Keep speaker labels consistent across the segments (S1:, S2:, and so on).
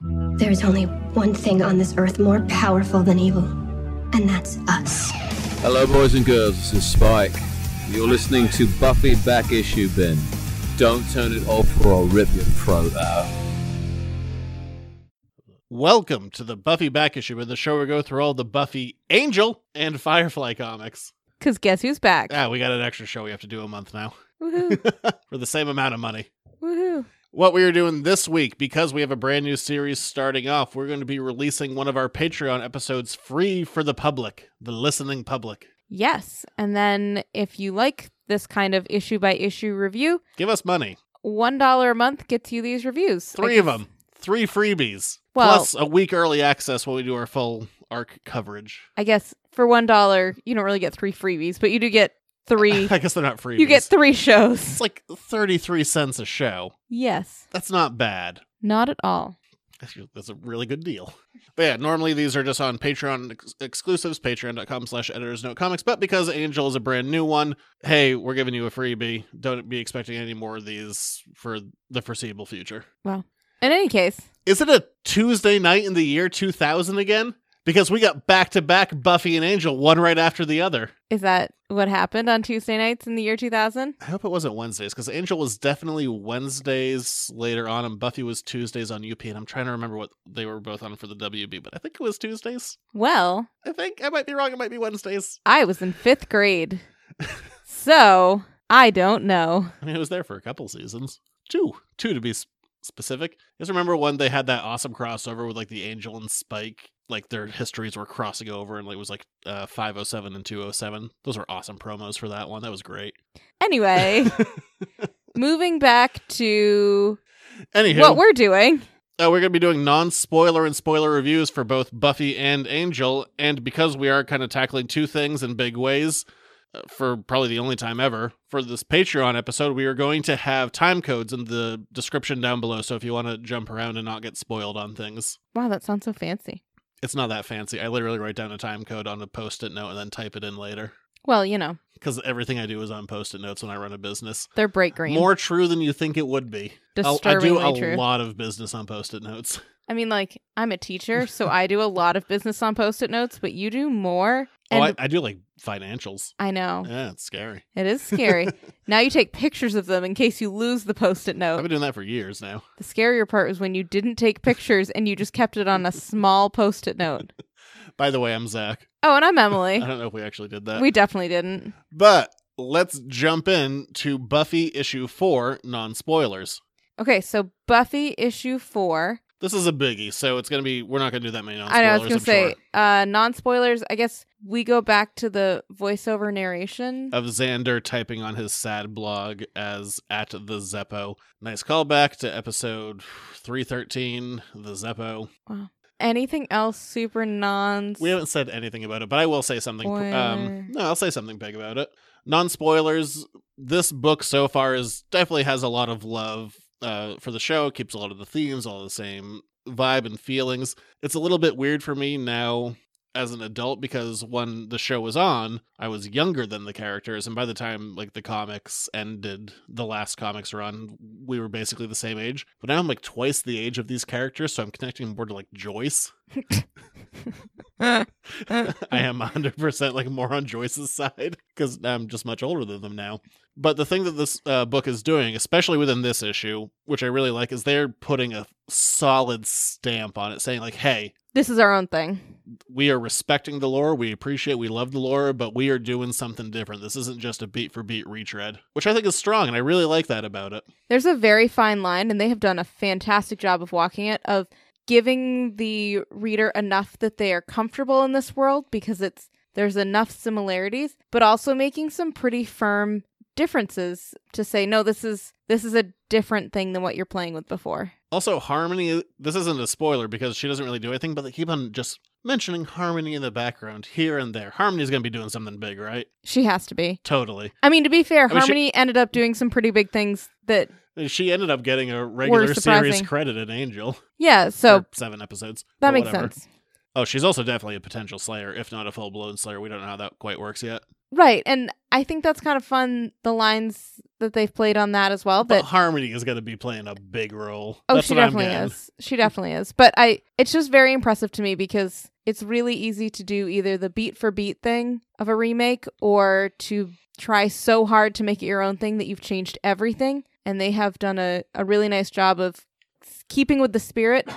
S1: There is only one thing on this earth more powerful than evil, and that's us.
S2: Hello, boys and girls. This is Spike. You're listening to Buffy Back Issue Bin. Don't turn it off or I'll rip your throat out.
S3: Welcome to the Buffy Back Issue, where the show we go through all the Buffy, Angel, and Firefly comics.
S4: Because guess who's back?
S3: Ah, we got an extra show we have to do a month now
S4: Woohoo.
S3: for the same amount of money.
S4: Woohoo.
S3: What we are doing this week, because we have a brand new series starting off, we're going to be releasing one of our Patreon episodes free for the public, the listening public.
S4: Yes. And then if you like this kind of issue by issue review,
S3: Give us money.
S4: $1 a month gets you these reviews.
S3: Three
S4: I
S3: of
S4: guess-
S3: them, three freebies,
S4: Well-
S3: plus a week early access when we do our full arc coverage.
S4: I guess for $1, you don't really get three freebies, but you do get three.
S3: I guess they're not freebies.
S4: you get three
S3: it's
S4: shows.
S3: like 33 cents a show.
S4: Yes.
S3: That's not bad.
S4: Not at all.
S3: That's that's a really good deal. But yeah, normally these are just on Patreon ex- exclusives, patreon.com slash editors note comics. But because Angel is a brand new one, hey, we're giving you a freebie. Don't be expecting any more of these for the foreseeable future.
S4: In any case,
S3: Is it a Tuesday night in the year 2000 again? Because we got back to back Buffy and Angel, one right after the other.
S4: is that what happened on Tuesday nights in the year 2000?
S3: I hope it wasn't Wednesdays, because Angel was definitely Wednesdays later on, and Buffy was Tuesdays on UP. And I'm trying to remember what they were both on for the WB, but I think it was Tuesdays.
S4: Well,
S3: I think I might be wrong. It might be Wednesdays.
S4: I was in fifth grade. so I don't know.
S3: I mean, it was there for a couple seasons. Two, two to be s- specific. Just remember when they had that awesome crossover with like the Angel and Spike, like their histories were crossing over, and it was like uh, 507 and 207. Those were awesome promos for that one. That was great.
S4: Anyway, moving back to
S3: Anywho,
S4: what we're doing.
S3: Uh, we're going to be doing non spoiler and spoiler reviews for both Buffy and Angel. And because we are kind of tackling two things in big ways uh, for probably the only time ever, for this Patreon episode, we are going to have time codes in the description down below. So if you want to jump around and not get spoiled on things,
S4: Wow, that sounds so fancy.
S3: it's not that fancy. I literally write down a time code on a post it note and then type it in later
S4: Well, you know,
S3: because everything I do is on post it notes when I run a business.
S4: they're bright green.
S3: More true than you think it would be. I'll- I do
S4: disturbingly
S3: a
S4: true.
S3: lot of business on post it notes.
S4: I mean, like, I'm a teacher, so I do a lot of business on post it notes, but you do more.
S3: Oh,
S4: And
S3: I, I do like financials.
S4: I know.
S3: Yeah, it's scary.
S4: It is scary. now you take pictures of them in case you lose the post it
S3: I've
S4: note.
S3: been doing that for years now.
S4: The scarier part was when you didn't take pictures and you just kept it on a small post it note.
S3: By the way, I'm Zach.
S4: Oh, and I'm
S3: I
S4: Emily.
S3: don't know if we actually did that.
S4: We definitely didn't.
S3: but let's jump in to Buffy issue four, non spoilers.
S4: Okay, so Buffy issue four.
S3: This is a biggie, so it's gonna be we're not gonna do that many non
S4: I
S3: spoilers.
S4: know. I was gonna say
S3: sure,
S4: uh, non spoilers. I guess we go back to the voiceover narration.
S3: of Xander typing on his sad blog as at the Zeppo. Nice callback to episode three thirteen, the Zeppo.
S4: Anything else super non?
S3: We haven't said anything about it, but I will say something.
S4: Spoiler.
S3: Um, no, I'll say something big about it. Non spoilers. This book so far is definitely has a lot of love uh, for the show. Keeps a lot of the themes, all the same vibe and feelings. It's a little bit weird for me now as an adult because when the show was on, I was younger than the characters, and by the time like the comics ended, the last comics run, we were basically the same age. But now I'm like twice the age of these characters, so I'm connecting more to like Joyce.
S4: Eh,
S3: I am 100% like more on Joyce's side because I'm just much older than them now. But the thing that this uh, book is doing, especially within this issue, which I really like, is they're putting a solid stamp on it saying, like, hey,
S4: this is our own thing.
S3: we are respecting the lore. We appreciate, we love the lore, but we are doing something different. This isn't just a beat for beat retread, which I think is strong. And I really like that about it.
S4: There's a very fine line, and they have done a fantastic job of walking it of giving the reader enough that they are comfortable in this world because it's there's enough similarities, but also making some pretty firm differences to say no, this is this is a different thing than what you're playing with before.
S3: Also, Harmony, this isn't a spoiler because she doesn't really do anything, but they keep on just mentioning Harmony in the background here and there. Harmony's going to be doing something big, right?
S4: She has to be.
S3: Totally.
S4: I mean, to be fair,
S3: I mean, she-
S4: Harmony ended up doing some pretty big things that,
S3: And She ended up getting a regular series
S4: surprising.
S3: credit at Angel
S4: yeah, so
S3: for seven episodes.
S4: that
S3: but
S4: makes
S3: whatever.
S4: sense.
S3: Oh, she's also definitely a potential slayer, if not a full blown slayer. We don't know how that quite works yet.
S4: Right. And I think that's kind of fun, the lines that they've played on that as well.
S3: But,
S4: But
S3: Harmony is going to be playing a big role.
S4: oh,
S3: That's
S4: she
S3: what I'm
S4: definitely
S3: getting.
S4: is. She definitely is. But I it's just very impressive to me because it's really easy to do either the beat for beat thing of a remake or to try so hard to make it your own thing that you've changed everything. And they have done a, a really nice job of keeping with the spirit,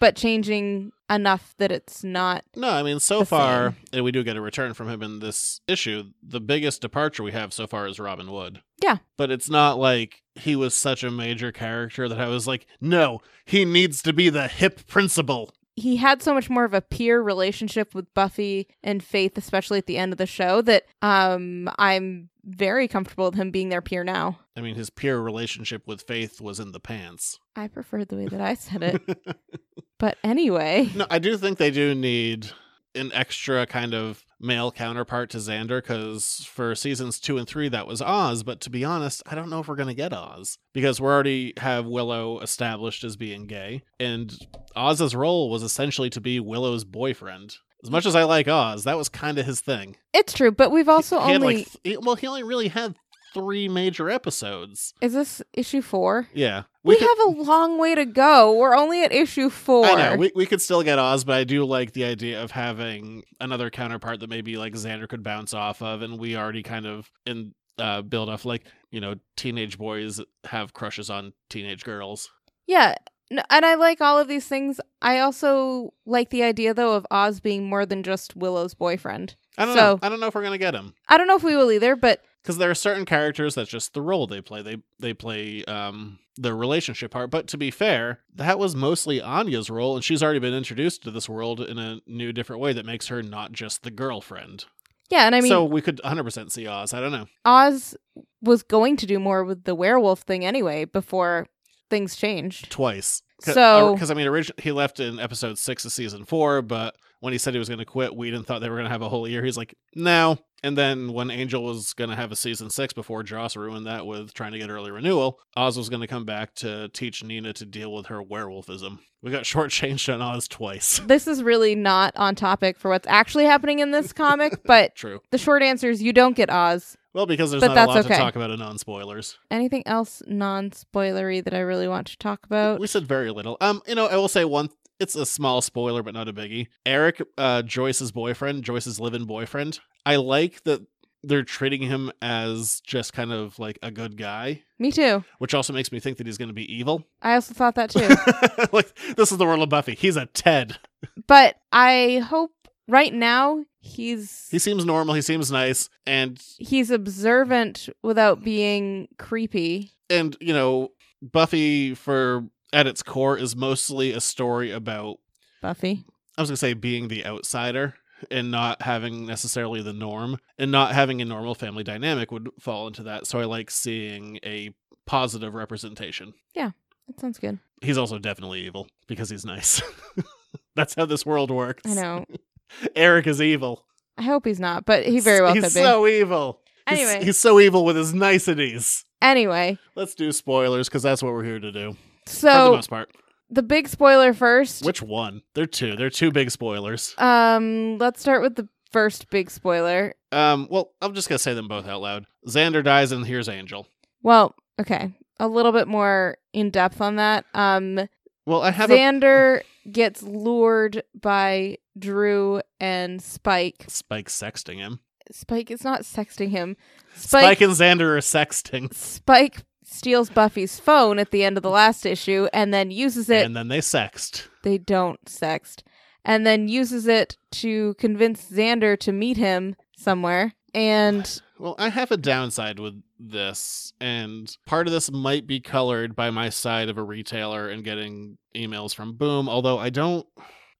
S4: but changing enough that it's not
S3: No, I mean, so
S4: The
S3: far,
S4: same.
S3: and we do get a return from him in this issue, the biggest departure we have so far is Robin Wood.
S4: Yeah.
S3: But it's not like he was such a major character that I was like, no, he needs to be the hip principal.
S4: he had so much more of a peer relationship with Buffy and Faith, especially at the end of the show, that um, I'm very comfortable with him being their peer now.
S3: I mean, his peer relationship with Faith was in the pants.
S4: I prefer the way that I said it. but anyway,
S3: No, I do think they do need an extra kind of male counterpart to Xander because for seasons two and three, that was Oz. But to be honest, I don't know if we're going to get Oz because we already have Willow established as being gay. And Oz's role was essentially to be Willow's boyfriend. As much as I like Oz, that was kind of his thing.
S4: it's true, but we've also
S3: he had
S4: only.
S3: like th- well, he only really had three major episodes.
S4: is this issue four?
S3: Yeah.
S4: We,
S3: could-
S4: have a long way to go. We're only at issue four.
S3: I know we, we could still get Oz, but I do like the idea of having another counterpart that maybe like Xander could bounce off of, and we already kind of in uh, build off like you know teenage boys have crushes on teenage girls.
S4: Yeah. No, and I like all of these things. I also like the idea, though, of Oz being more than just Willow's boyfriend.
S3: I don't
S4: So-
S3: know. I don't know if we're gonna get him
S4: I don't know if we will either, but
S3: because there are certain characters that's just the role they play. They they play um the relationship part. But to be fair, that was mostly Anya's role, and she's already been introduced to this world in a new different way that makes her not just the girlfriend.
S4: yeah. And I mean,
S3: so we could 100% see Oz. I don't know.
S4: Oz was going to do more with the werewolf thing anyway before things changed.
S3: twice.
S4: So-
S3: because I mean, originally he left in episode six of season four, but when he said he was going to quit, Whedon thought they were going to have a whole year. He's like, no. And then when Angel was going to have a season six before Joss ruined that with trying to get early renewal, Oz was going to come back to teach Nina to deal with her werewolfism. We got shortchanged on Oz twice.
S4: This is really not on topic for what's actually happening in this comic, but
S3: True.
S4: the short answer is you don't get Oz.
S3: Well, because there's
S4: But
S3: not a
S4: that's
S3: lot to
S4: okay.
S3: talk about in non spoilers.
S4: Anything else non spoilery that I really want to talk about?
S3: We said very little. Um, you know, I will say one. It's a small spoiler, but not a biggie. Eric, uh, Joyce's boyfriend, Joyce's live-in boyfriend. I like that they're treating him as just kind of like a good guy,
S4: Me too.
S3: which also makes me think that he's going to be evil.
S4: I also thought that too.
S3: like this is the world of Buffy. He's a Ted.
S4: but I hope right now he's
S3: He seems normal. He seems nice, and
S4: he's observant without being creepy.
S3: and you know, Buffy for at its core is mostly a story about
S4: Buffy.
S3: I was gonna say being the outsider and not having necessarily the norm and not having a normal family dynamic would fall into that. So I like seeing a positive representation.
S4: That sounds good.
S3: He's also definitely evil because he's nice. That's how this world works.
S4: I know.
S3: Eric is evil.
S4: I hope he's not, but he very well
S3: he's
S4: could be.
S3: so evil. He's-
S4: Anyway.
S3: he's, so evil with his niceties.
S4: anyway,
S3: Let's do spoilers because that's what we're here to do. for the
S4: so
S3: most part,
S4: the big spoiler first.
S3: which one? They're two. They're two big spoilers.
S4: Um, let's start with the first big spoiler.
S3: Um, well, I'm just gonna say them both out loud. Xander dies, and here's Angel.
S4: Well, okay, a little bit more in depth on that. Um,
S3: Well, I have
S4: Xander gets lured by Drew and Spike.
S3: a Spike sexting him.
S4: Spike is not sexting him.
S3: Spike,
S4: Spike.
S3: and Xander are sexting,
S4: Spike steals Buffy's phone at the end of the last issue and then uses it.
S3: and then they sexed.
S4: they don't sext, and then uses it to convince Xander to meet him somewhere. And
S3: Well, I have a downside with this, and part of this might be colored by my side of a retailer and getting emails from Boom, although I don't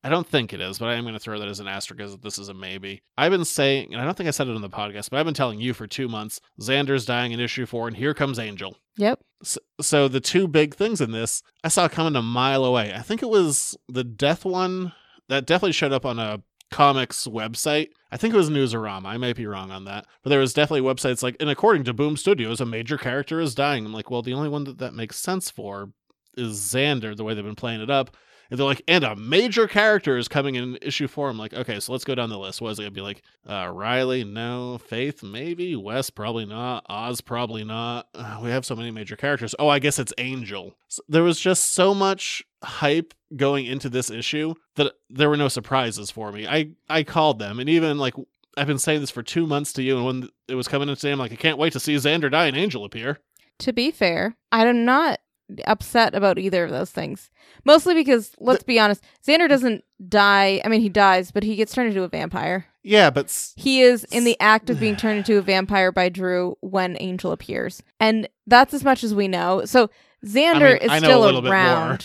S3: I don't think it is, but I am going to throw that as an asterisk as this is a maybe. I've been saying, and I don't think I said it on the podcast, but I've been telling you for 2 months, Xander's dying in issue 4 and here comes Angel.
S4: Yep.
S3: So, so the two big things in this I saw coming a mile away. I think it was the death one that definitely showed up on a comics website. I think it was Newsarama. I might be wrong on that, but there was definitely websites like, and according to Boom Studios, a major character is dying. I'm like, well, the only one that that makes sense for is Xander. The way they've been playing it up, And they're like, and a major character is coming in issue four. I'm like, okay, so let's go down the list. What is it gonna be like? Uh, Riley, no. Faith, maybe. Wes, probably not. Oz, probably not. Uh, we have so many major characters. Oh, I guess it's Angel. S- there was just so much hype going into this issue that there were no surprises for me. I I called them, and even like I've been saying this for two months to you, and when it was coming in today, I'm like, I can't wait to see Xander die and Angel appear.
S4: To be fair, I'm not upset about either of those things. Mostly because, let's be honest, Xander doesn't die. I mean, he dies, but he gets turned into a vampire.
S3: Yeah, but s-
S4: He is in the act of being turned into a vampire by Drew when Angel appears. And that's as much as we know. So Xander
S3: I mean,
S4: is
S3: I know a
S4: still
S3: little bit more.
S4: around.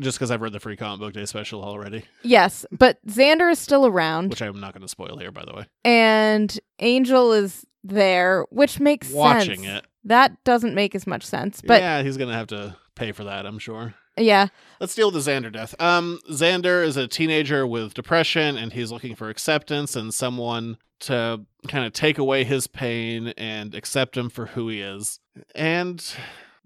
S3: just because I've read the free comic book day special already,
S4: Yes, but Xander is still around
S3: which I'm not going to spoil here, by the way.
S4: and Angel is there, which makes
S3: Watching
S4: sense.
S3: it,
S4: That doesn't make as much sense. But yeah.
S3: yeah, he's going to have to pay for that, I'm sure. Let's deal with the Xander death. Um, Xander is a teenager with depression, and he's looking for acceptance and someone to kind of take away his pain and accept him for who he is. And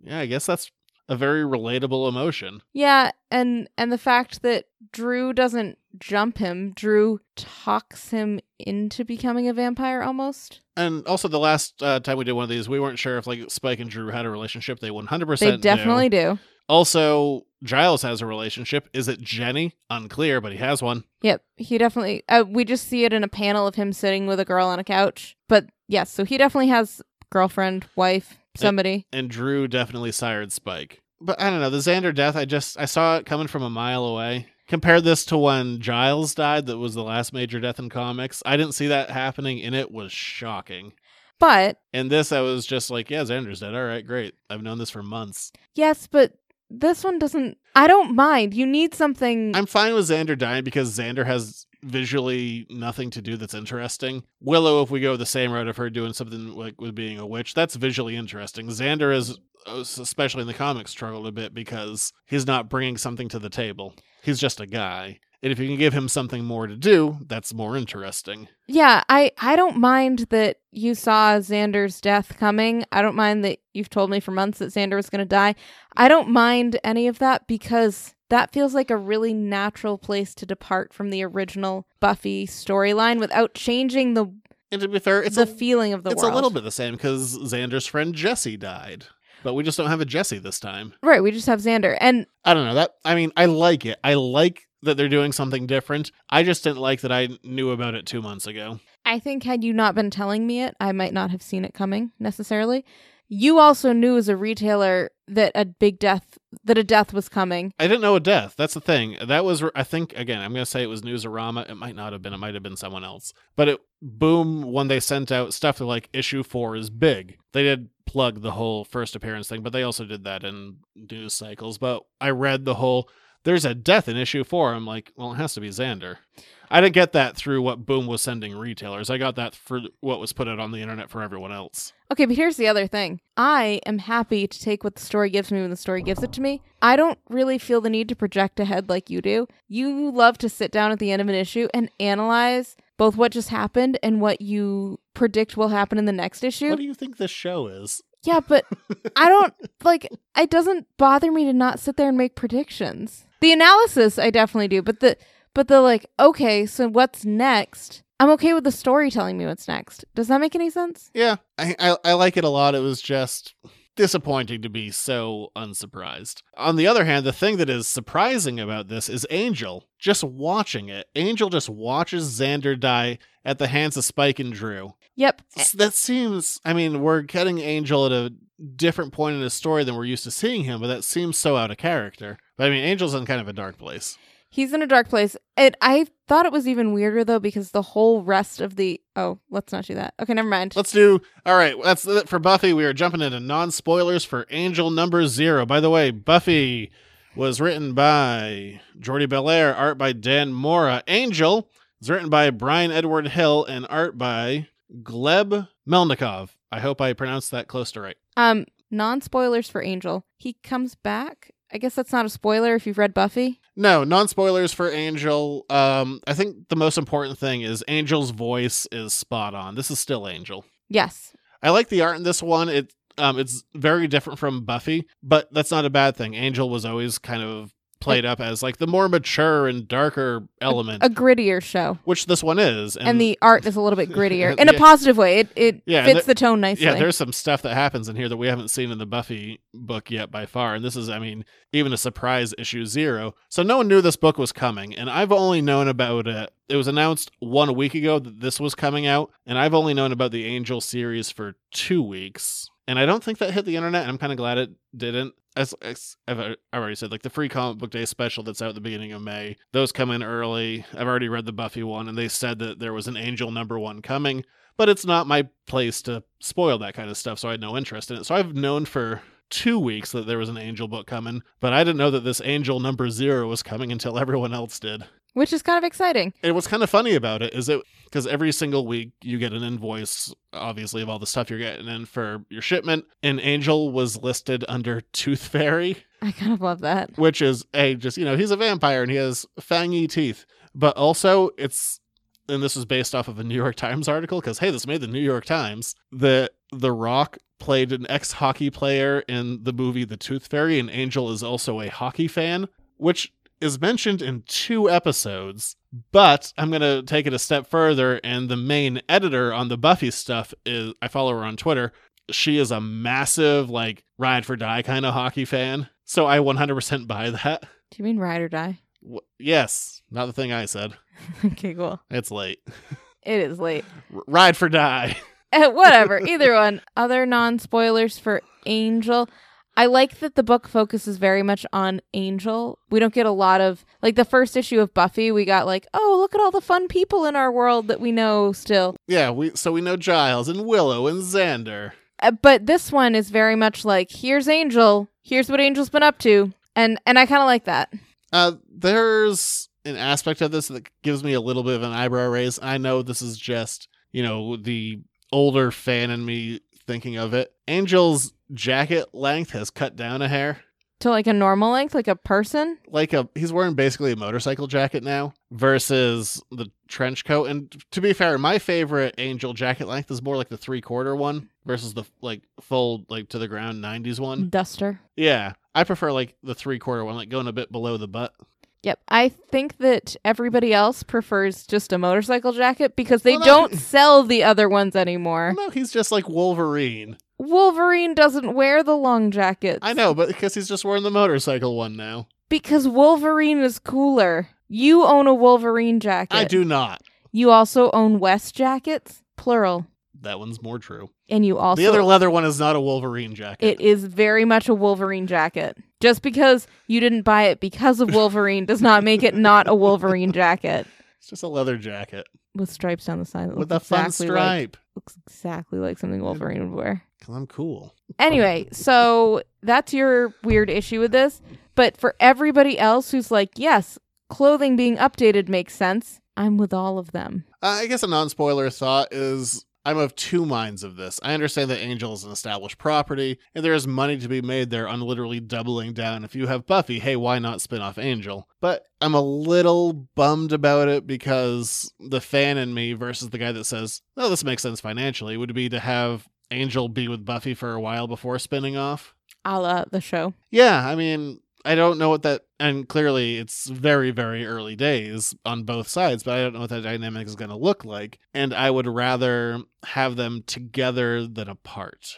S3: yeah, I guess that's a very relatable emotion.
S4: Yeah, and and the fact that Drew doesn't jump him, Drew talks him into becoming a vampire almost.
S3: And also, the last uh, time we did one of these, we weren't sure if like Spike and Drew had a relationship. They 100%
S4: They
S3: do.
S4: definitely do.
S3: Also, Giles has a relationship. Is it Jenny? Unclear, but he has one.
S4: Yep, he definitely. Uh, we just see it in a panel of him sitting with a girl on a couch. But yes, so he definitely has girlfriend, wife, somebody.
S3: and Drew definitely sired Spike. But I don't know, the Xander death, I just I saw it coming from a mile away. Compare this to when Giles died, that was the last major death in comics. I didn't see that happening and it was shocking.
S4: But
S3: And this I was just like, yeah, Xander's dead. All right, great. I've known this for months.
S4: yes, but this one doesn't. I don't mind. You need something.
S3: I'm fine with Xander dying because Xander has visually nothing to do that's interesting. Willow, if we go the same route of her doing something like with being a witch, that's visually interesting. Xander is, uh, especially in the comics, struggled a bit because he's not bringing something to the table. He's just a guy. And if you can give him something more to do, that's more interesting.
S4: yeah, I I don't mind that you saw Xander's death coming. I don't mind that you've told me for months that Xander was going to die. I don't mind any of that because that feels like a really natural place to depart from the original Buffy storyline without changing the
S3: And to be fair, it's
S4: the
S3: a,
S4: feeling of the
S3: it's
S4: world.
S3: a little bit the same because Xander's friend Jesse died. But we just don't have a Jesse this time.
S4: Right, we just have Xander. And
S3: I don't know that. I mean, I like it. I like that they're doing something different. I just didn't like that I knew about it two months ago.
S4: I think had you not been telling me it, I might not have seen it coming necessarily. You also knew as a retailer that a big death that a death was coming.
S3: I didn't know a death. That's the thing. That was, I think, again, I'm going to say it was Newsarama. It might not have been. It might have been someone else. But it, boom, when they sent out stuff, they're like, issue four is big. They did plug the whole first appearance thing, but they also did that in news cycles. But I read the whole, there's a death in issue four. I'm like, well, it has to be Xander. I didn't get that through what Boom was sending retailers. I got that for what was put out on the internet for everyone else.
S4: Okay, but here's the other thing. I am happy to take what the story gives me when the story gives it to me. I don't really feel the need to project ahead like you do. You love to sit down at the end of an issue and analyze both what just happened and what you predict will happen in the next issue.
S3: What do you think this show is?
S4: Yeah, but I don't like it doesn't bother me to not sit there and make predictions. The analysis I definitely do, but the but the like okay, so what's next? I'm okay with the story telling me what's next. Does that make any sense?
S3: Yeah, I, I I like it a lot. It was just disappointing to be so unsurprised. On the other hand, the thing that is surprising about this is Angel just watching it. Angel just watches Xander die at the hands of Spike and Drew.
S4: Yep.
S3: S- That seems. I mean, we're getting Angel at a different point in his story than we're used to seeing him, but that seems so out of character. But I mean, Angel's in kind of a dark place.
S4: He's in a dark place. It I thought it was even weirder though because the whole rest of the oh, let's not do that. Okay, never mind.
S3: Let's do. All right, that's it for Buffy. We are jumping into non spoilers for Angel Number Zero. By the way, Buffy was written by Jordi Belair, art by Dan Mora. Angel is written by Brian Edward Hill and art by Gleb Melnikov. I hope I pronounced that close to right.
S4: Um non spoilers for Angel. He comes back. I guess that's not a spoiler if you've read Buffy.
S3: No, non spoilers for Angel. Um, I think the most important thing is Angel's voice is spot on. This is still Angel.
S4: Yes.
S3: I like the art in this one. It um it's very different from Buffy, but that's not a bad thing. Angel was always kind of played up as like the more mature and darker element,
S4: a grittier show.
S3: which this one is.
S4: And, the art is a little bit grittier in
S3: Yeah.
S4: a positive way. It it
S3: Yeah, and
S4: fits
S3: there-
S4: the tone nicely.
S3: yeah, there's some stuff that happens in here that we haven't seen in the Buffy book yet by far. And this is, I mean, even a surprise issue zero. So no one knew this book was coming. And I've only known about it. It was announced one week ago that this was coming out. And I've only known about the Angel series for two weeks. And I don't think that hit the internet. And I'm kind of glad it didn't. As, as I've I've already said, like the free comic book day special that's out at the beginning of May, those come in early. I've already read the Buffy one, and they said that there was an Angel number one coming but it's not my place to spoil that kind of stuff, so I had no interest in it. So I've known for two weeks that there was an angel book coming, but I didn't know that this angel number zero was coming until everyone else did.
S4: which is kind of exciting.
S3: And what's kind of funny about it is it because every single week you get an invoice, obviously, of all the stuff you're getting in for your shipment, and Angel was listed under Tooth Fairy
S4: I kind of love that.
S3: which is a just you know he's a vampire and he has fangy teeth but also it's and this was based off of a new york times article because hey this made the new york times that the rock played an ex-hockey player in the movie the tooth fairy and angel is also a hockey fan which is mentioned in two episodes but i'm going to take it a step further and the main editor on the buffy stuff is i follow her on twitter she is a massive like ride for die kind of hockey fan. So I 100% buy that.
S4: Do you mean ride or die?
S3: W- yes, not the thing I said.
S4: okay, cool.
S3: It's late.
S4: It is late.
S3: R- ride for die.
S4: Eh, whatever either one other non spoilers for angel i like that the book focuses very much on angel we don't get a lot of like the first issue of buffy we got like oh look at all the fun people in our world that we know still
S3: Yeah, we so we know Giles and Willow and Xander.
S4: Uh, but this one is very much like here's angel here's what angel's been up to and and i kind of like that
S3: Uh there's an aspect of this that gives me a little bit of an eyebrow raise. I know this is just, you know, the older fan in me thinking of it. Angel's jacket length has cut down a hair.
S4: to like a normal length like a person
S3: like a he's wearing basically a motorcycle jacket now versus the trench coat and to be fair my favorite angel jacket length is more like the three quarter one versus the like full like to the ground 90s
S4: Mm.
S3: one
S4: duster
S3: yeah i prefer like the three quarter one like going a bit below the butt
S4: Yep. I think that everybody else prefers just a motorcycle jacket because they
S3: Well, that-
S4: don't sell the other ones anymore.
S3: no he's just like wolverine
S4: Wolverine doesn't wear the long jackets.
S3: i know but because he's just wearing the motorcycle one now
S4: Because Wolverine is cooler. You own a Wolverine jacket.
S3: i do not
S4: You also own West jackets, plural.
S3: that one's more true
S4: And you also
S3: the other leather one is not a wolverine jacket
S4: It is very much a Wolverine jacket. Just because you didn't buy it because of Wolverine does not make it not a Wolverine jacket
S3: it's just a leather jacket
S4: with stripes down the side. that
S3: with a
S4: look
S3: fun
S4: exactly like-
S3: stripe
S4: looks exactly like something Wolverine would wear.
S3: because i'm cool
S4: Anyway, so that's your weird issue with this. But for everybody else who's like, yes, clothing being updated makes sense, I'm with all of them.
S3: Uh, I guess a non spoiler thought is I'm of two minds of this. I understand that Angel is an established property, and there is money to be made there on literally doubling down. If you have Buffy, hey, why not spin off Angel? But I'm a little bummed about it because the fan in me versus the guy that says, no, this makes sense financially, would be to have Angel be with Buffy for a while before spinning off.
S4: A la the show.
S3: Yeah, I mean, I don't know what that, and clearly it's very, very early days on both sides, but I don't know what that dynamic is going to look like. And I would rather have them together than apart.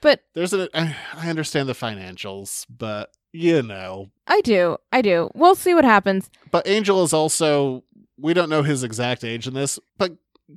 S4: But
S3: There's an, I I understand the financials, but you know.
S4: I do. I do. We'll see what happens.
S3: But Angel is also, we don't know his exact age in this, but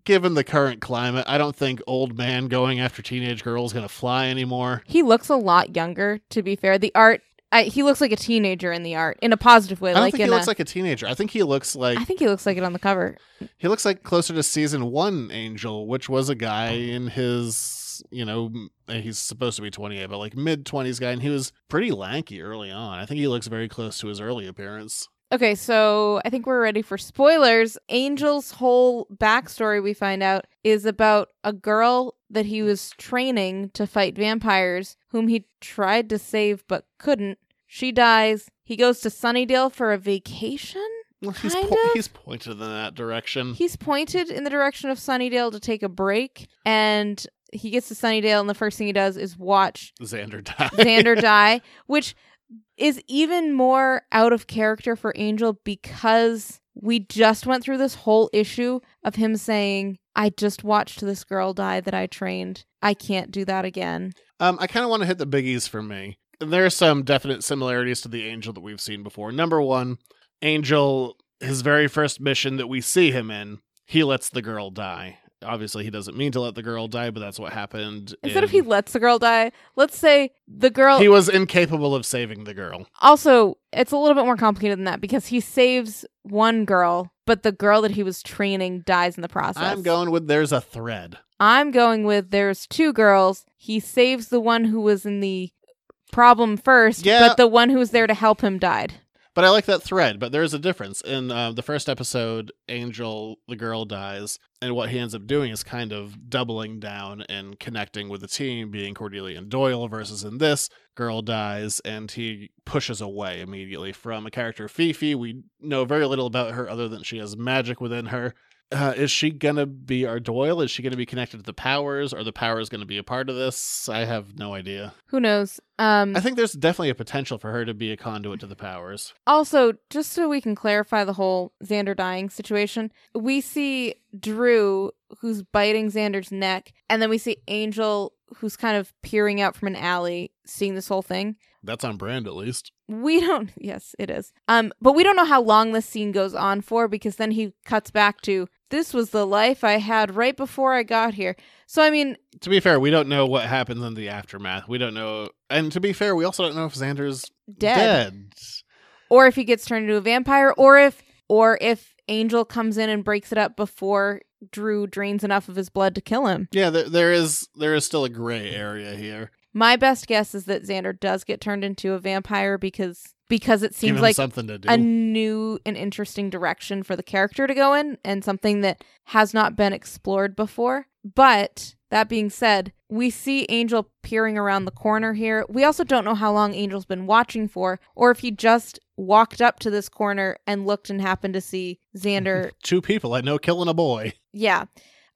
S3: given the current climate, I don't think old man going after teenage girl is going to fly anymore.
S4: He looks a lot younger, to be fair. The art, I, he looks like a teenager in the art, in a positive way.
S3: I don't
S4: like
S3: think he
S4: in
S3: looks
S4: a,
S3: like a teenager. I think he looks like
S4: I think he looks like it on the cover.
S3: He looks like closer to season one Angel, which was a guy in his, you know, m- eh, he's supposed to be 28, but like mid 20s guy, and he was pretty lanky early on. I think he looks very close to his early appearance.
S4: Okay, so I think we're ready for spoilers. Angel's whole backstory we find out is about a girl that he was training to fight vampires, whom he tried to save but couldn't. She dies. He goes to Sunnydale for a vacation.
S3: Well, he's,
S4: Kind
S3: po-
S4: of.
S3: he's pointed in that direction.
S4: He's pointed in the direction of Sunnydale to take a break, and he gets to Sunnydale, and the first thing he does is watch
S3: Xander died.
S4: Xander die, which is even more out of character for Angel because we just went through this whole issue of him saying, I just watched this girl die that I trained. I can't do that again.
S3: Um, I kind of want to hit the biggies for me. There are some definite similarities to the Angel that we've seen before. Number one, Angel, his very first mission that we see him in, he lets the girl die. Obviously, he doesn't mean to let the girl die, but that's what happened.
S4: Instead of
S3: in-
S4: he lets the girl die, let's say the girl
S3: he was incapable of saving the girl.
S4: also it's a little bit more complicated than that because he saves one girl, but the girl that he was training dies in the process.
S3: I'm going with there's a thread.
S4: I'm going with there's two girls. He saves the one who was in the problem first,
S3: Yeah.
S4: but the one who was there to help him died.
S3: But I like that thread. But there is a difference. In uh, the first episode, Angel, the girl, dies, and what he ends up doing is kind of doubling down and connecting with the team, being Cordelia and Doyle. Versus in this, girl dies, and he pushes away immediately from a character Fifi. We know very little about her other than she has magic within her. Uh, is she gonna be our Doyle? Is she gonna be connected to the powers? Are the powers gonna be a part of this? I have no idea.
S4: Who knows? Um,
S3: I think there's definitely a potential for her to be a conduit to the powers.
S4: also, just so we can clarify the whole Xander dying situation, we see Drew who's biting Xander's neck, and then we see Angel who's kind of peering out from an alley, seeing this whole thing.
S3: That's on brand, at least.
S4: we don't yes it is um but we don't know how long this scene goes on for because then he cuts back to this was the life i had right before i got here so i mean
S3: to be fair, we don't know what happens in the aftermath. We don't know, and to be fair, we also don't know if Xander's
S4: Dead.
S3: dead.
S4: or if he gets turned into a vampire or if or if angel comes in and breaks it up before drew drains enough of his blood to kill him
S3: Yeah, there, there is there is still a gray area here.
S4: my best guess is that xander does get turned into a vampire because because it
S3: Give
S4: seems
S3: him
S4: like
S3: something to do.
S4: a new and interesting direction for the character to go in and something that has not been explored before. But that being said, we see Angel peering around the corner here. We also don't know how long Angel's been watching for, or if he just walked up to this corner and looked and happened to see Xander.
S3: Two people I know killing a boy.
S4: yeah.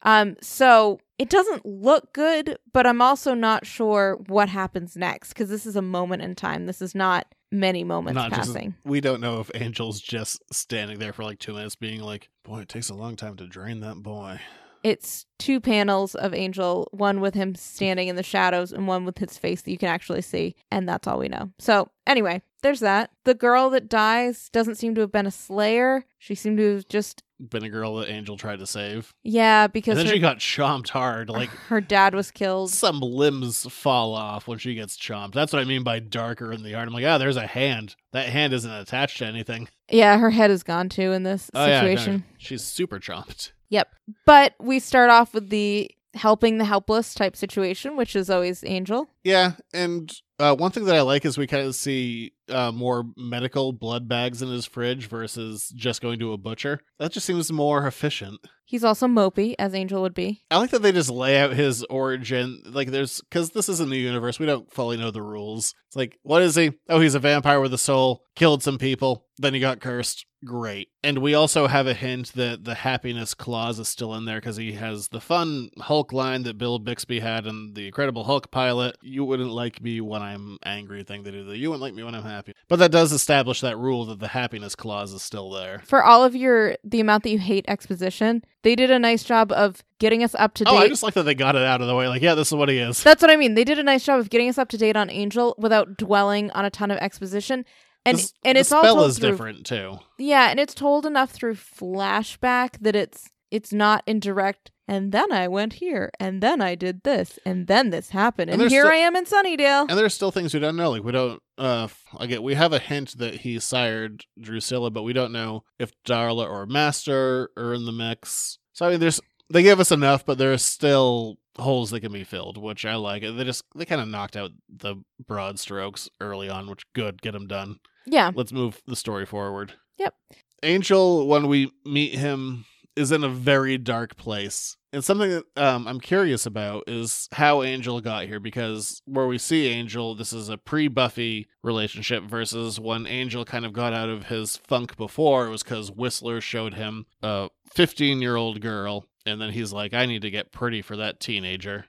S4: Um, so it doesn't look good, but I'm also not sure what happens next because this is a moment in time. This is not many moments
S3: Not just-
S4: passing.
S3: We don't know if Angel's just standing there for like two minutes, being like, "Boy, it takes a long time to drain that boy."
S4: it's two panels of Angel, one with him standing in the shadows and one with his face that you can actually see, and that's all we know. So, anyway, there's that. The girl that dies doesn't seem to have been a slayer. She seemed to have just
S3: Been a girl that Angel tried to save,
S4: yeah,
S3: and
S4: because
S3: then
S4: her,
S3: she got chomped hard. Like
S4: her dad was killed.
S3: some limbs fall off when she gets chomped. That's what I mean by darker in the art. I'm like, ah, there's a hand. That hand isn't attached to anything.
S4: Yeah, her head is gone too in this
S3: Oh, yeah, no,
S4: situation.
S3: she's super chomped.
S4: Yep. But we start off with the helping the helpless type situation, which is always Angel.
S3: Yeah, and uh, one thing that I like is we kind of see uh, more medical blood bags in his fridge versus just going to a butcher. That just seems more efficient.
S4: He's also mopey, as Angel would be.
S3: I like that they just lay out his origin. Like, there's because this isn't the universe. We don't fully know the rules. It's like, what is he? Oh, he's a vampire with a soul. Killed some people. Then he got cursed. Great. And we also have a hint that the happiness clause is still in there because he has the fun Hulk line that Bill Bixby had in the Incredible Hulk pilot. You wouldn't like me when I'm angry thing they do. The, You wouldn't like me when I'm happy. But that does establish that rule that the happiness clause is still there.
S4: for all of your the amount that you hate exposition, they did a nice job of getting us up to date.
S3: Oh, I just like that they got it out of the way. Like, yeah, this is what he is.
S4: That's what I mean. They did a nice job of getting us up to date on Angel without dwelling on a ton of exposition. And
S3: This-
S4: and
S3: the
S4: it's all
S3: spell
S4: told
S3: is
S4: through,
S3: different too.
S4: Yeah, and it's told enough through flashback that it's it's not indirect. And then I went here, and then I did this, and then this happened,
S3: And
S4: and,
S3: there's
S4: here
S3: still-
S4: I am in Sunnydale.
S3: And there's still things we don't know. Like we don't uh again we have a hint that he sired Drusilla, but we don't know if Darla or Master are in the mix. So I mean there's they give us enough, but there's still holes that can be filled, which I like. They just they kind of knocked out the broad strokes early on, which good, get them done.
S4: yeah,
S3: Let's move the story forward.
S4: Yep.
S3: Angel, when we meet him, is in a very dark place. And something that um, I'm curious about is how Angel got here because where we see Angel, this is a pre Buffy relationship versus when Angel kind of got out of his funk before. It was because Whistler showed him a 15 year old girl. And then he's like, I need to get pretty for that teenager.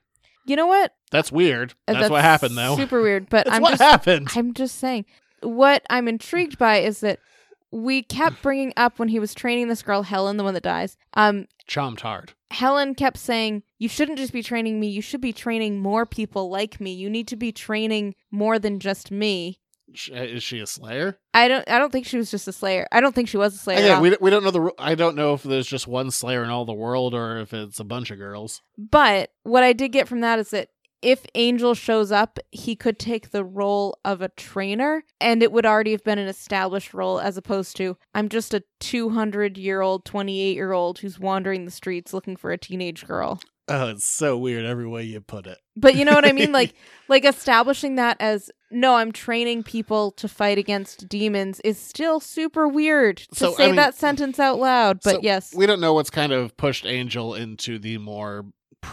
S4: you know what?
S3: That's weird. That's, what happened, though.
S4: Uh, Super weird, but
S3: That's
S4: I'm
S3: what
S4: just
S3: happened.
S4: I'm just saying. what I'm intrigued by is that we kept bringing up when he was training this girl, Helen, the one that dies. Um,
S3: Chomped hard.
S4: Helen kept saying, You shouldn't just be training me. You should be training more people like me. You need to be training more than just me.
S3: Sh- Is she a slayer?
S4: I don't. I don't think she was just a slayer. I don't think she was a slayer. at
S3: Again,
S4: all.
S3: we don't- we don't know the. ru- I don't know if there's just one slayer in all the world or if it's a bunch of girls.
S4: But what I did get from that is that if Angel shows up, he could take the role of a trainer, and it would already have been an established role as opposed to I'm just a 200 year old, 28 year old who's wandering the streets looking for a teenage girl.
S3: Oh, it's so weird every way you put it.
S4: But you know what I mean? Like, like establishing that as no, I'm training people to fight against demons is still super weird to
S3: So, I
S4: say
S3: mean-
S4: that sentence out loud. But
S3: So,
S4: yes,
S3: We don't know what's kind of pushed Angel into the more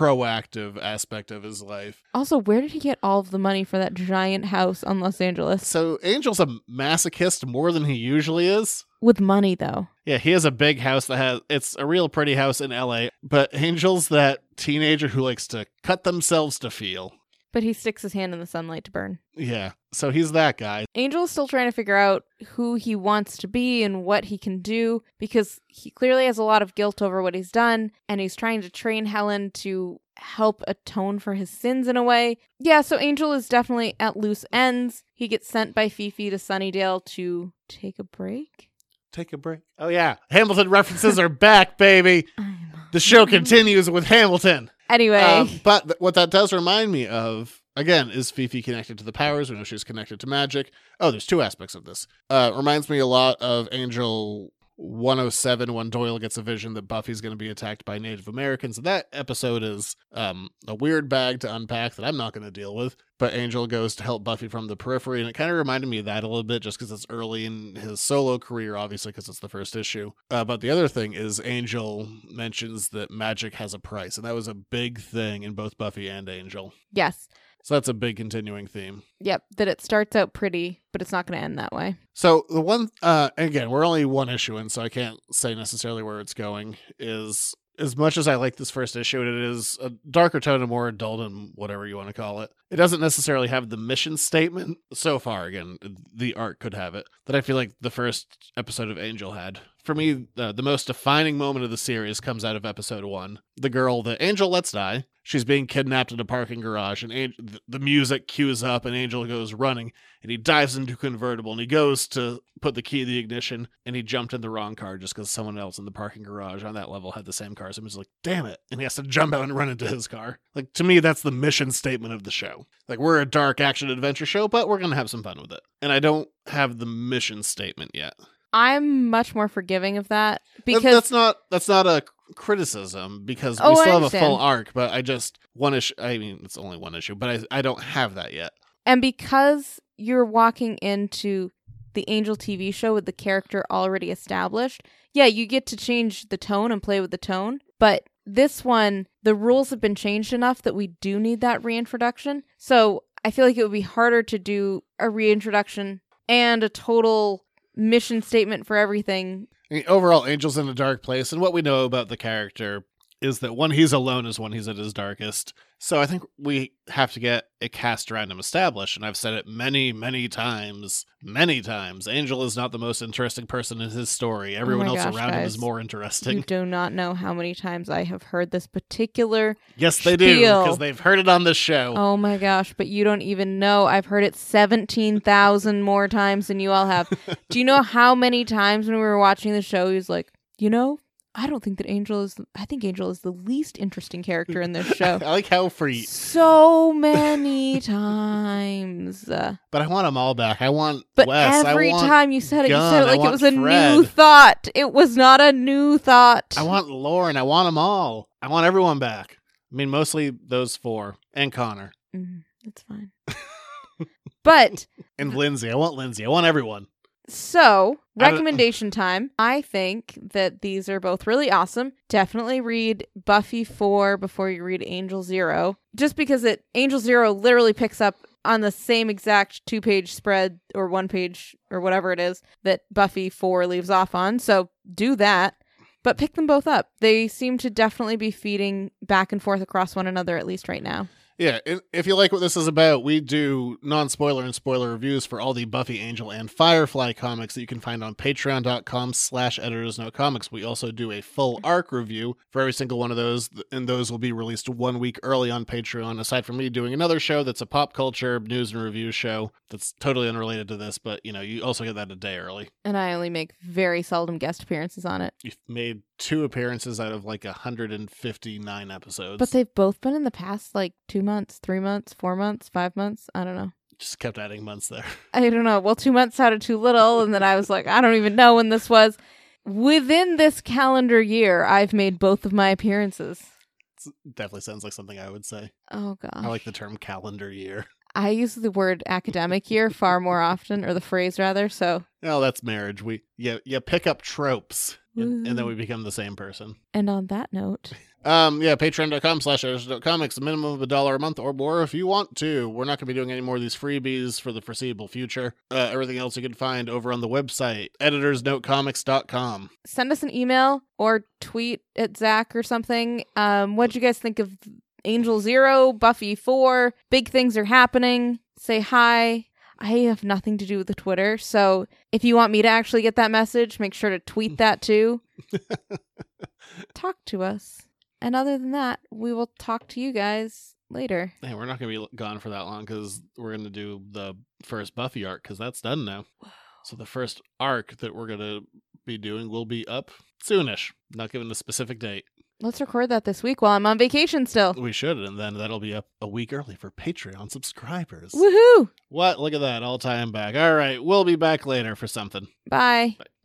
S3: proactive aspect of his life.
S4: also, where did he get all of the money for that giant house on Los Angeles?
S3: So Angel's a masochist more than he usually is.
S4: with money though.
S3: Yeah, he has a big house that has it's a real pretty house in LA, but Angel's that teenager who likes to cut themselves to feel.
S4: But he sticks his hand in the sunlight to burn.
S3: Yeah. So he's that guy.
S4: Angel's still trying to figure out who he wants to be and what he can do because he clearly has a lot of guilt over what he's done and he's trying to train Helen to help atone for his sins in a way. Yeah, so Angel is definitely at loose ends. He gets sent by Fifi to Sunnydale to take a break.
S3: Take a break. Oh yeah. Hamilton references are back, baby. The show continues with Hamilton.
S4: Anyway,
S3: Um, but th- what that does remind me of, again, is Fifi connected to the powers? We know she's connected to magic. Oh, there's two aspects of this. Uh, reminds me a lot of Angel 107 when Doyle gets a vision that Buffy's going to be attacked by Native Americans. And that episode is um, a weird bag to unpack that I'm not going to deal with. But Angel goes to help Buffy from the periphery. And it kind of reminded me of that a little bit just because it's early in his solo career, obviously, because it's the first issue. Uh, but the other thing is Angel mentions that magic has a price. And that was a big thing in both Buffy and Angel.
S4: yes.
S3: So that's a big continuing theme.
S4: Yep, that it starts out pretty, but it's not going to end that way.
S3: So the one uh and again, we're only one issue in, so I can't say necessarily where it's going, is as much as I like this first issue, and it is a darker tone and more adult and whatever you want to call it. It doesn't necessarily have the mission statement so far. Again, the art could have it that I feel like the first episode of Angel had. For me, uh, the most defining moment of the series comes out of episode one. The girl that Angel lets die. She's being kidnapped in a parking garage, and Angel, the music cues up, and Angel goes running, and he dives into a convertible, and he goes to put the key in the ignition, and he jumped in the wrong car just because someone else in the parking garage on that level had the same car. So I'm just like, damn it! And he has to jump out and run into his car. Like to me, that's the mission statement of the show. Like we're a dark action adventure show, but we're gonna have some fun with it. And I don't have the mission statement yet.
S4: I'm much more forgiving of that
S3: That-
S4: because
S3: that's not that's not a criticism because
S4: Oh, I
S3: we still have a
S4: understand.
S3: full arc. But I just one issue. I mean, it's only one issue, but I I don't have that yet.
S4: And because you're walking into the Angel TV show with the character already established, yeah, you get to change the tone and play with the tone. But this one, the rules have been changed enough that we do need that reintroduction. So I feel like it would be harder to do a reintroduction and a total mission statement for everything.
S3: I mean, overall, Angel's in a dark place, and what we know about the character is that when he's alone is when he's at his darkest. So I think we have to get a cast around him established, and I've said it many, many times, many times. Angel is not the most interesting person in his story. Everyone
S4: Oh my
S3: else
S4: gosh,
S3: around him is
S4: guys.
S3: more
S4: You
S3: interesting.
S4: do not know how many times I have heard this particular
S3: Yes, they do
S4: Spiel.
S3: because they've heard it on the show.
S4: Oh my gosh, but you don't even know. I've heard it 17,000 more times than you all have. Do you know how many times when we were watching the show, he was like, you know, I don't think that Angel is, I think Angel is the least interesting character in this show.
S3: I like how free,
S4: so many times. Uh,
S3: but I want them all back. I want
S4: But
S3: Wes.
S4: every
S3: I want,
S4: time you said it, you said
S3: Gunn. I
S4: it like it
S3: want
S4: was a new
S3: Fred.
S4: thought. It was not a new thought.
S3: I want Lauren. I want them all. I want everyone back. I mean, mostly those four and Connor.
S4: Mm, that's fine. but
S3: and Lindsay. I want Lindsay. I want everyone.
S4: So,
S3: I don't-
S4: recommendation time. I think that these are both really awesome. Definitely read Buffy 4 before you read Angel 0, just because it Angel 0 literally picks up on the same exact two-page spread or one-page or whatever it is that Buffy 4 leaves off on. So, do that. But pick them both up. They seem to definitely be feeding back and forth across one another, at least right now.
S3: Yeah, and if you like what this is about, we do non spoiler and spoiler reviews for all the Buffy, Angel, and Firefly comics that you can find on patreon.com slash editors no comics. We also do a full arc review for every single one of those, and those will be released one week early on Patreon, aside from me doing another show that's a pop culture news and review show that's totally unrelated to this, but you know, you also get that a day early.
S4: and I only make very seldom guest appearances on it.
S3: You've made two appearances out of like 159 episodes.
S4: But they've both been in the past like two months, three months, four months, five months. I don't know.
S3: Just kept adding months there.
S4: I don't know. Well, two months out of too little. And then I was like, I don't even know when this was. Within this calendar year, I've made both of my appearances.
S3: Definitely sounds like something I would say.
S4: Oh, gosh.
S3: I like the term calendar year.
S4: I use the word academic year far more often, or the phrase rather. So,
S3: Oh, that's marriage. We yeah, yeah, pick up tropes and, and then we become the same person.
S4: and on that note,
S3: Um, yeah, patreon.com slash comics, a minimum of a dollar a month or more if you want to. We're not going to be doing any more of these freebies for the foreseeable future. Uh, everything else you can find over on the website, editorsnotecomics.com.
S4: send us an email or tweet at Zach or something. Um, what'd you guys think of Angel Zero, Buffy Four? Big things are happening. Say hi. I have nothing to do with the Twitter, so if you want me to actually get that message, make sure to tweet that too. talk to us, and other than that, we will talk to you guys later.
S3: Hey, we're not going to be gone for that long because we're going to do the first Buffy arc because that's done now. So the first arc that we're going to be doing will be up soonish. Not giving a specific date.
S4: Let's record that this week while I'm on vacation still.
S3: We should, and then that'll be up a week early for Patreon subscribers.
S4: Woohoo!
S3: What? Look at that. All time back. All right. We'll be back later for something.
S4: Bye.